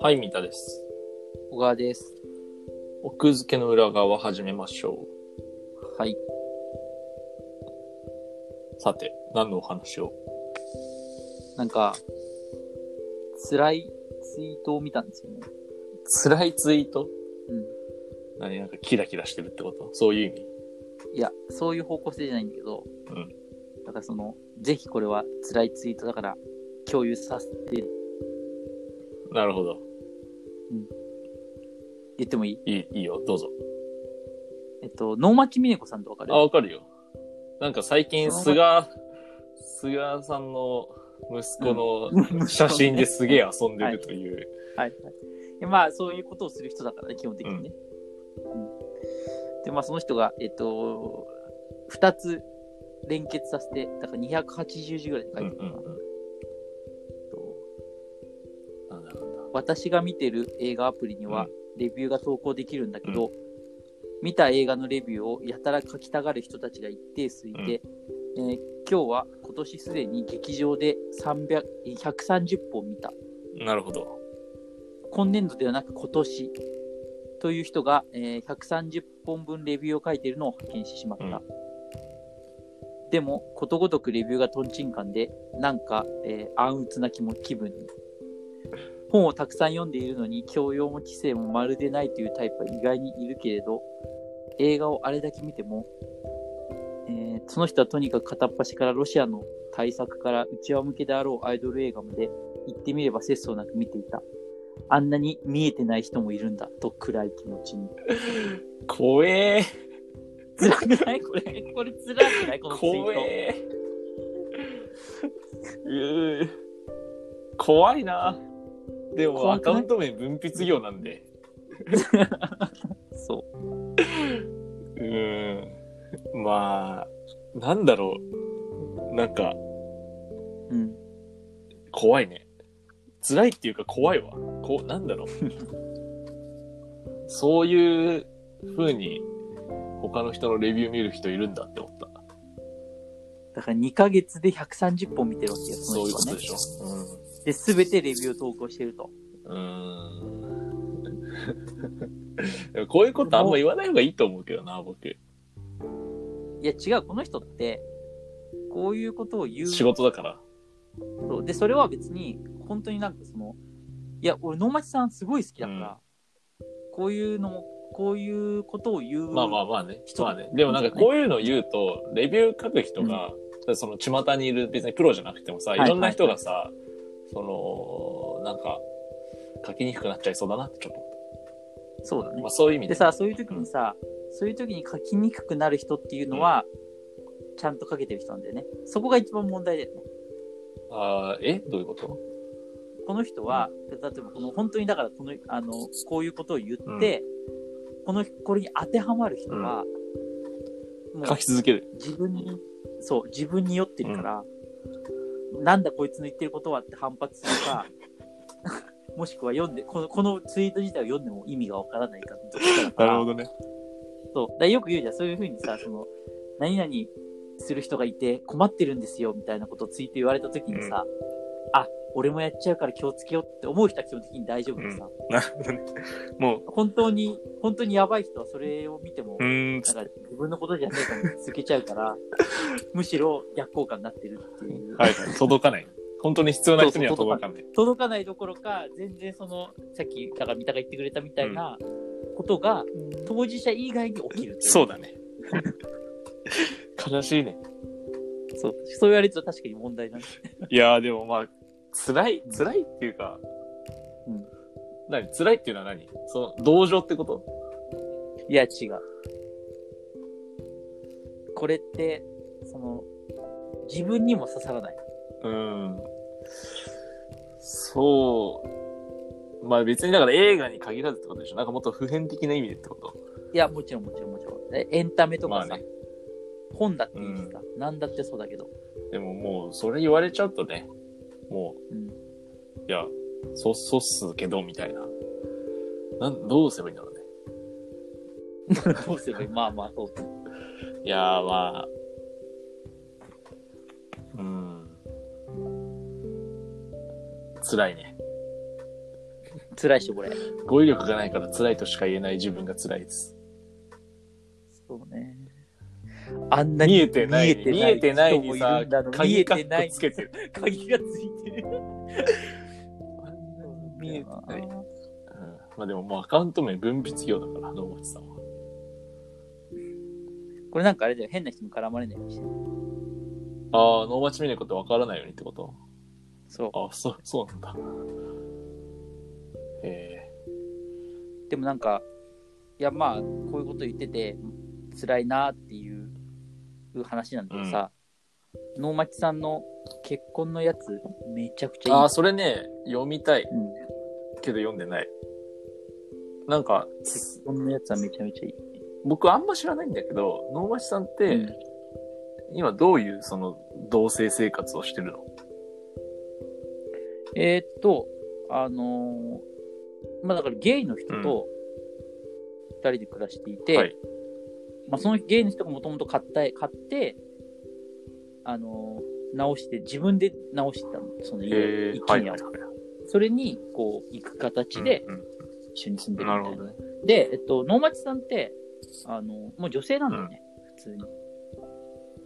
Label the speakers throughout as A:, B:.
A: はい、三田です。
B: 小川です。
A: 奥付けの裏側始めましょ
B: はい。
A: う。さて、何のお話を
B: なんか、辛いツイートを見たんですよね。
A: 辛いツイート
B: う
A: 何なんかキラキラしてるってことそういう意味
B: ん。いや、そういう方向性じゃないんだけど、
A: うん。
B: だからその、ぜひこれは辛いツイートだから共有させて、
A: なるほど。
B: 言ってもいい
A: いい、いいよ。どうぞ。
B: えっと、能町みね子さんってわかる
A: あ、わかるよ。なんか最近、菅、菅さんの息子の写真です げえ遊んでるという。
B: はい、はいで。まあ、そういうことをする人だからね、基本的にね。うんで、まあ、その人が、えっと、2つ連結させて、だから280字ぐらいで
A: う
B: 書
A: ん
B: いて
A: う
B: る
A: ん
B: か
A: う
B: な、
A: ん。
B: えっと
A: なんだなんだ。
B: 私が見てる映画アプリに
A: う
B: は
A: ん
B: レビューが投稿できるんだけど、見た映画のレビューをやたら書きたがる人たちが一定数いて、えー今日は今年すでに劇場で300 130本見た
A: なるほど。
B: 今年度ではなく今年という人が、えー130本分レビューを書いているのを発見してしまった、
A: うん
B: でもことごとくレビューがとんちんかんでなんか、えー、暗鬱な気も気分に本をたくさん読んでいるのに教養も知性もまるでないというタイプは意外にいるけれど映画をあれだけ見ても、えーその人はとにかく片っ端からロシアの対策から内輪向けであろうアイドル映画まで言ってみれば節操なく見ていたあんなに見えてない人もいるんだと暗い気持ちに。
A: 怖えー。
B: 辛くない これ、これ辛くないこのツイ
A: 怖
B: ー
A: えうー怖いなでも
B: 怖
A: ア
B: くな
A: カ
B: い
A: ウント名分泌業なんで
B: ト。そ
A: う
B: う。
A: ーんまあなんだろうなんか
B: うん。
A: 怖いね辛いっていうか怖いわこうなんだ ろうそういう風に他の人のレビュー見る人いるんだって思った
B: だから2ヶ月で130本見てるわけよ、そ
A: そういう
B: の
A: こ
B: 人は
A: と
B: ね
A: で。しょ、
B: で、すべてレビューを投稿してると。
A: うん うーんでもこういうことあんま言わない方がいいと思うけどな僕
B: いや、違う、この人って、こういうことを言う
A: 仕事だから。
B: と、で、それは別に、本当になんかその、いや、俺、能町さんすごい好きだから、こういうのも、こういうことを言う。
A: まあまあまあね。
B: 人
A: まあね。でもなんかこういうの言うと、レビュー書く人が、その巷にいる別にプロじゃなくてもさ、い
B: いはい
A: ろんな人がさ、その、なんか、書きにくくなっちゃいそうだなってちょっと思っ
B: そうだ
A: た。
B: ね
A: まあ。そういう意味
B: で
A: で。
B: さ、そういう時にさ、そういう時に書きにくくなる人っていうのは、ちゃんと書けてる人なんだよね。そこが一番問題だよね。
A: あーえどういうこと
B: この人は、例えばこの本当にだからこの、あの、こういうことを言って、この、これに当てはまる人は、も
A: 書
B: う
A: き続ける。
B: 自分に、そう、自分に酔ってるから、なんだこいつの言ってることはって反発す るか、もしくは読んで、この、このツイート自体を読んでも意味がわからないか、どっちかだから。
A: どね。
B: そう。だからよく言うじゃん。そういうふうにさ、その、何々する人がいて困ってるんですよ、みたいなことをツイート言われた時にさ、あ、俺もやっちゃうから気をつけようって思う人は基本的に大丈夫でさ、
A: なるほどね。もう、
B: 本当に、本当にやばい人はそれを見ても、
A: うーん
B: なんか自分のことじゃねえから続けちゃ うから、むしろ逆効果になってるっていう。
A: はいはい。届かない。本当に必要な人には届かない。
B: 届かないどころか、全然その、さっき、だから三田が言ってくれたみたいなことが、当事者以外に起きるとい
A: そうだね。 悲しいね。
B: そう。そう言われると確かに問題なんだ
A: いやーでもまあ、辛い、辛いっていうか、
B: うん
A: 何辛いっていうのは何その、同情ってこと
B: いや、違う。これって、その、自分にも刺さらない。
A: うん。そう。まあ別にだから映画に限らずってことでしょなんかもっと普遍的な意味でってこと
B: いや、もちろんもちろんもちろん。えエンタメとかさ、
A: まあね
B: 本だっていいしさ、何だってそうだけど。
A: でももう、それ言われちゃうとね、も
B: うん。
A: う、いや、そう、そうっすけど、みたいな。なん、どうすればいいんだろうね。
B: どうすればいいまあまあ、そう。
A: いやーまあ、うん。辛いね。
B: 辛いっしょ、これ。
A: 語彙力がないから辛いとしか言えない自分が辛いです。
B: そうね。あんなに
A: 見えてないに、見えてないにさ
B: 人もいるんだろ、う見え
A: 鍵カ
B: てな
A: ッ
B: い
A: コつけてる。
B: 鍵がついて る。
A: 見えてない
B: うん
A: うんまあでももうアカウント名分泌業だから、野口さんは。
B: これなんかあれだよ、変な人に絡まれないようにして。
A: ああ、能町みね子ってわからないようにってこと
B: そう。
A: あそう、そうなんだ。え
B: でもなんか、いやまあ、こういうこと言ってて、辛いなっていう話なんだけどさ、能町さんの結婚のやつ、めちゃくち
A: え
B: ゃいい。
A: ああ、それね、読みたい
B: うん、
A: けど読んでない。なんか、
B: 結婚のやつはめちゃめちゃいい。
A: 僕あんま知らないんだけど、能町さんって、
B: うん
A: 今どういうその同性生活をしてるの
B: えーっと、あのーまあだからゲイの人と二人で暮らしていて、
A: はい
B: まあ、そのゲイの人がもともと買った買って、あのー直して、自分で直してたの、その家
A: え
B: 一
A: ー、はい
B: 軒家を
A: はい。は
B: それに、こう、行く形
A: い。
B: で
A: うんうん
B: 一緒に住んでる
A: な
B: み
A: る
B: たい
A: ほ
B: な。
A: どね。
B: で、えっと、能町さんって、あのもう女性なんだよね、普通に。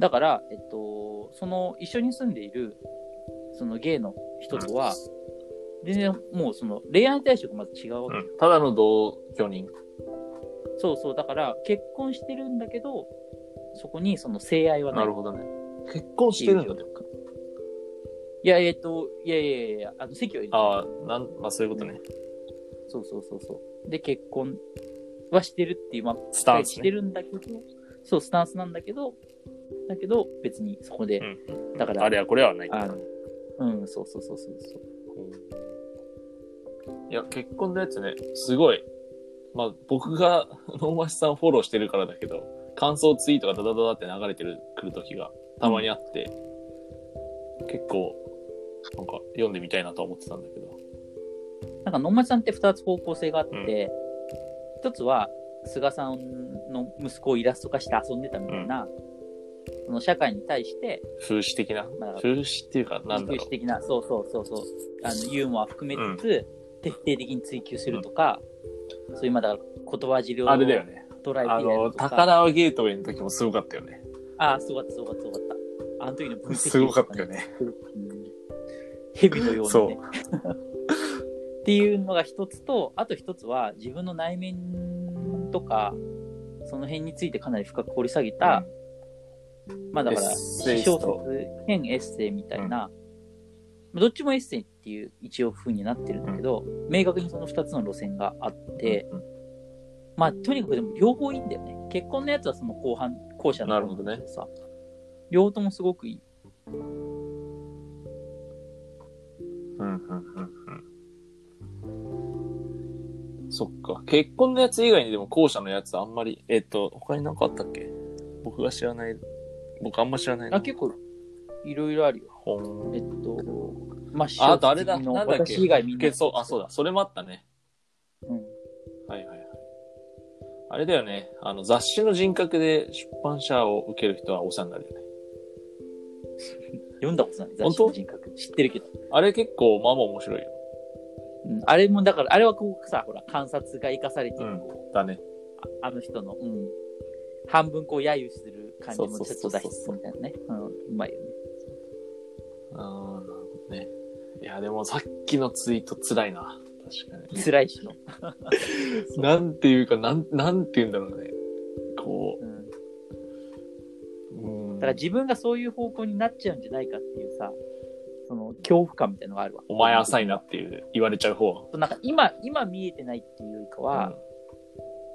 B: だから、えっと、その一緒に住んでいる、そのゲイの人とは、全然もうその恋愛対象がまず違うわけ、
A: うんただの同居人。
B: そうそう、だから結婚してるんだけど、そこにその性愛はない
A: なるほどね。結婚してるんだ
B: っていう状況いや、えっと、いやいやいやいや、あの席を入れて
A: ああ、なん、まあそういうことね。
B: そうそうそうそう。で、結婚はしてるっていう、まあ、
A: スタンス
B: し
A: ね
B: て。るんだけど、そう、スタンスなんだけど、だけど、別にそこで、
A: うん
B: だから
A: あれはこれはない。
B: あの、うん、そうそうそうそうそう。
A: いや、結婚のやつね、すごい。まあ、僕が 能町さんフォローしてるからだけど、感想ツイートがダダダダって流れてる、くる時がたまにあって、結構、なんか読んでみたいなとは思ってたんだけど。
B: なんか、野町さんって2つ方向性があって、1つは、菅さんの息子をイラスト化して遊んでたみたいな、その社会に対して、
A: 風刺的な
B: まあ。
A: 風刺っていうか、なんだ
B: 追
A: ろ
B: 求的な、そうそうそうそう、あのユーモア含めつつ、徹底的に追求するとか、そういう、まだ言葉尻を
A: う。あれだよね。
B: 捉えて
A: あ
B: や
A: の、
B: るとか。
A: 高輪ゲートウェイの時もすごかったよね。
B: ああ、すごかった、すごかった、すごかった。あの時の分析、
A: すごかったよ。ね。
B: うん、蛇のように、ね。
A: そう
B: っていうのが一つと、あと一つは自分の内面とか、その辺についてかなり深く掘り下げた、まあだから、
A: エッセイ
B: 私
A: スト
B: 小説兼エッセイみたいな、まあどっちもエッセイっていう一応風になってるんだけど、明確にその二つの路線があって、
A: うん
B: まあとにかくでも両方いいんだよね。結婚のやつはその後半、後者の
A: なるほどね
B: さ、両方ともすごくいい。
A: うんうんうんうんそっか。結婚のやつ以外にでも後者のやつあんまり、えっ、と、他に何かあったっけ僕が知らない、僕あんま知らないな
B: あ、結構、いろいろあるよ。
A: 本
B: えっと、まあ、
A: ああとあれだ、
B: 塩
A: な
B: 漬きの
A: んだっけ
B: 私以外みんな。
A: けそう、あ、そうだ、それもあったね。
B: うん。
A: はいはいはい。あれだよね、あの、雑誌の人格で出版社を受ける人はお世話になるよね。
B: 読んだことない、雑
A: 本
B: 誌の
A: 当
B: 人格。知ってるけど。
A: あれ結構、まあまあ面白いよ。
B: うん、あれも、だから、あれはこうさ、ほら、観察が生かされてる、
A: うん
B: こ
A: だね。
B: うああの人の、うん。半分こう、揶揄する感じも
A: そう
B: ち
A: そ
B: ょ
A: う
B: っ
A: そうそう
B: と出しつつみたいなね。うん、うまいよね。
A: あーなるほどね。いや、でもさっきのツイート辛いな。確かに。
B: 辛いしの。
A: なんていうか、なん、なんて言うんだろうね。こ
B: うん。だ
A: う、うん
B: か。ら自分がそういう方向になっちゃうんじゃないかっていうさ、その恐怖感みたいなのがあるわ。
A: お前浅いなっていう、言われちゃう方。
B: なんか今、今見えてないっていうよりかは、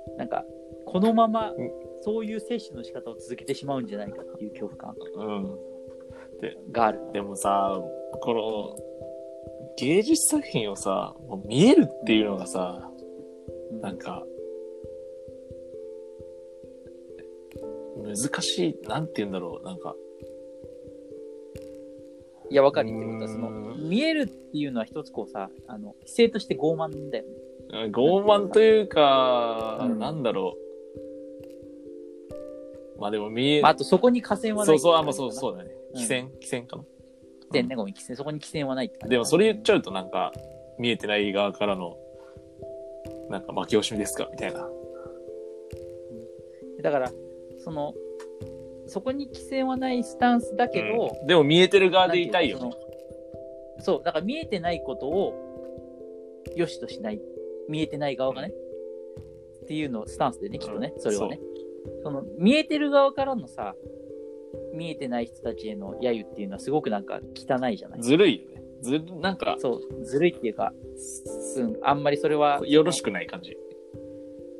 A: うん
B: なんか、このまま
A: ん、
B: そういう摂取の仕方を続けてしまうんじゃないかっていう恐怖感
A: う
B: がある。
A: ん。でもさ、この、芸術作品をさ、もう見えるっていうのがさ、
B: うん
A: なんか、難しい、なんて言うんだろう、なんか。
B: いや、わかる言ってることは、その、
A: うん
B: 見えるっていうのは一つこうさ、あの、規制として傲慢だよね。
A: 傲慢というか、
B: うん
A: なんだろう。まあでも見え、
B: まあ、あとそこに河川はない。
A: そうそう、あ、まあそうそううだね。
B: ん
A: 汽船、汽船かな。
B: 点ね、ごめん、規制、そこに規制はないって感じ
A: でもそれ言っちゃうとなんか、見えてない側からの、なんか負け惜しみですかみたいな。
B: だから、その、そこに規制はないスタンスだけど、
A: うんでも見えてる側
B: なん
A: で
B: てう
A: い
B: か
A: たいよね。
B: そのそう、だから見えてないことを良しとしない。見えてない側がね。っていうのスタンスでね、きっとね、
A: うん
B: それはね。その、見えてる側からのさ、見えてない人たちへの揶揄っていうのはすごくなんか汚いじゃない
A: ずるいよね。ずる、なんか、
B: そう、ずるいっていうか、すうん、あんまりそれは、
A: よろしくない感じ。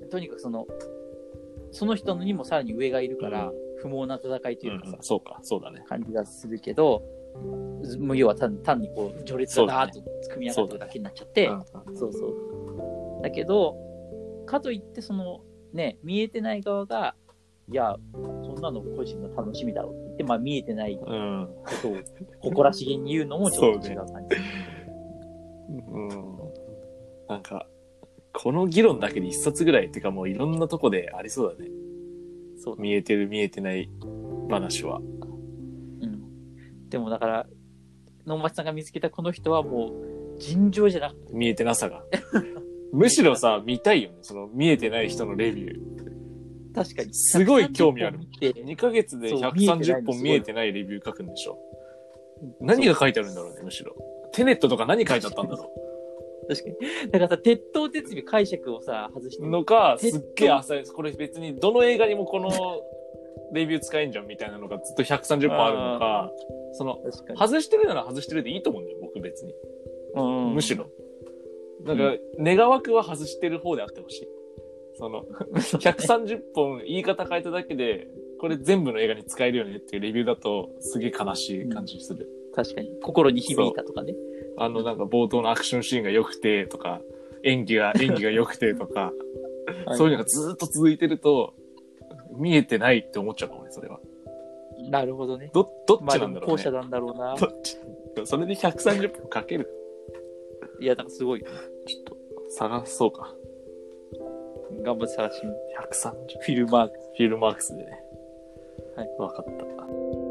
B: とにかくその、その人にもさらに上がいるから、
A: うん
B: 不毛な戦いと
A: う
B: いうんかさ、
A: そうか、そうだね。
B: 感じがするけど、ずもう要は単単にこう、序列だなーっと組み上がってるだけになっちゃって、そうそう。だけど、かといって、その、ね、見えてない側が、いや、そんなの個人の楽しみだろうって言って、まあ見えてないこ
A: うん。
B: とを誇らしげに言うのもちょっと違う感じ。
A: うん。なんか、この議論だけで一冊ぐらいっていうかもういろんなとこでありそうだね。
B: そう,、
A: 見えてる見えてない話は。
B: うん。でもだから、能町さんが見つけたこの人はもう、尋常じゃなくて、
A: 見えてなさ が。むしろさ、見たいよね。その見えてない人のレビュ
B: 確かに。
A: すごい興味ある
B: 130本見て
A: ー。2ヶ月で
B: そう見えてないの
A: 130本
B: すごい
A: 見えてないレビュー書くんでしょ。何が書いてあるんだろうね、むしろ。テネットとか何書いてあったんだろ
B: 確かに。だからさ、鉄塔鉄尾解釈をさ、外して
A: う。
B: る
A: のか、
B: テネ
A: す
B: ット
A: っげえ浅い。これ別にどの映画にもこのレビュー使えんじゃんみたいなのがずっと130本あるのか、その、
B: 確かに。
A: 外してるなら外してるでいいと思うんだよ、僕別に。
B: うん
A: むし。ろ。なんか、願わくは外してる方であってほしい。そ の、130本言い方変えただけで、これ全部の映画に使えるよねっていうレビューだと、すげえ悲しい感じする。
B: 確かに。心に響いたとかね。
A: あの、なんか冒頭のアクションシーンが良くてとか、演技 が、演技が良くてとか、
B: はい
A: そういうのがずーっと続いてると、見えてないって思っちゃうかもね、それは。
B: なるほどね。
A: ど、どっ
B: まあ
A: ち
B: で
A: なんだ
B: も
A: ろう
B: 後
A: ね。
B: 者なんだろうな。
A: どっちそれで130分かける。
B: いや、だからすごい。
A: ちょっと、探そうか。
B: 頑張って探しに。
A: 130。
B: フィルマーク。
A: フィールマークスでね。
B: はい。
A: わかった。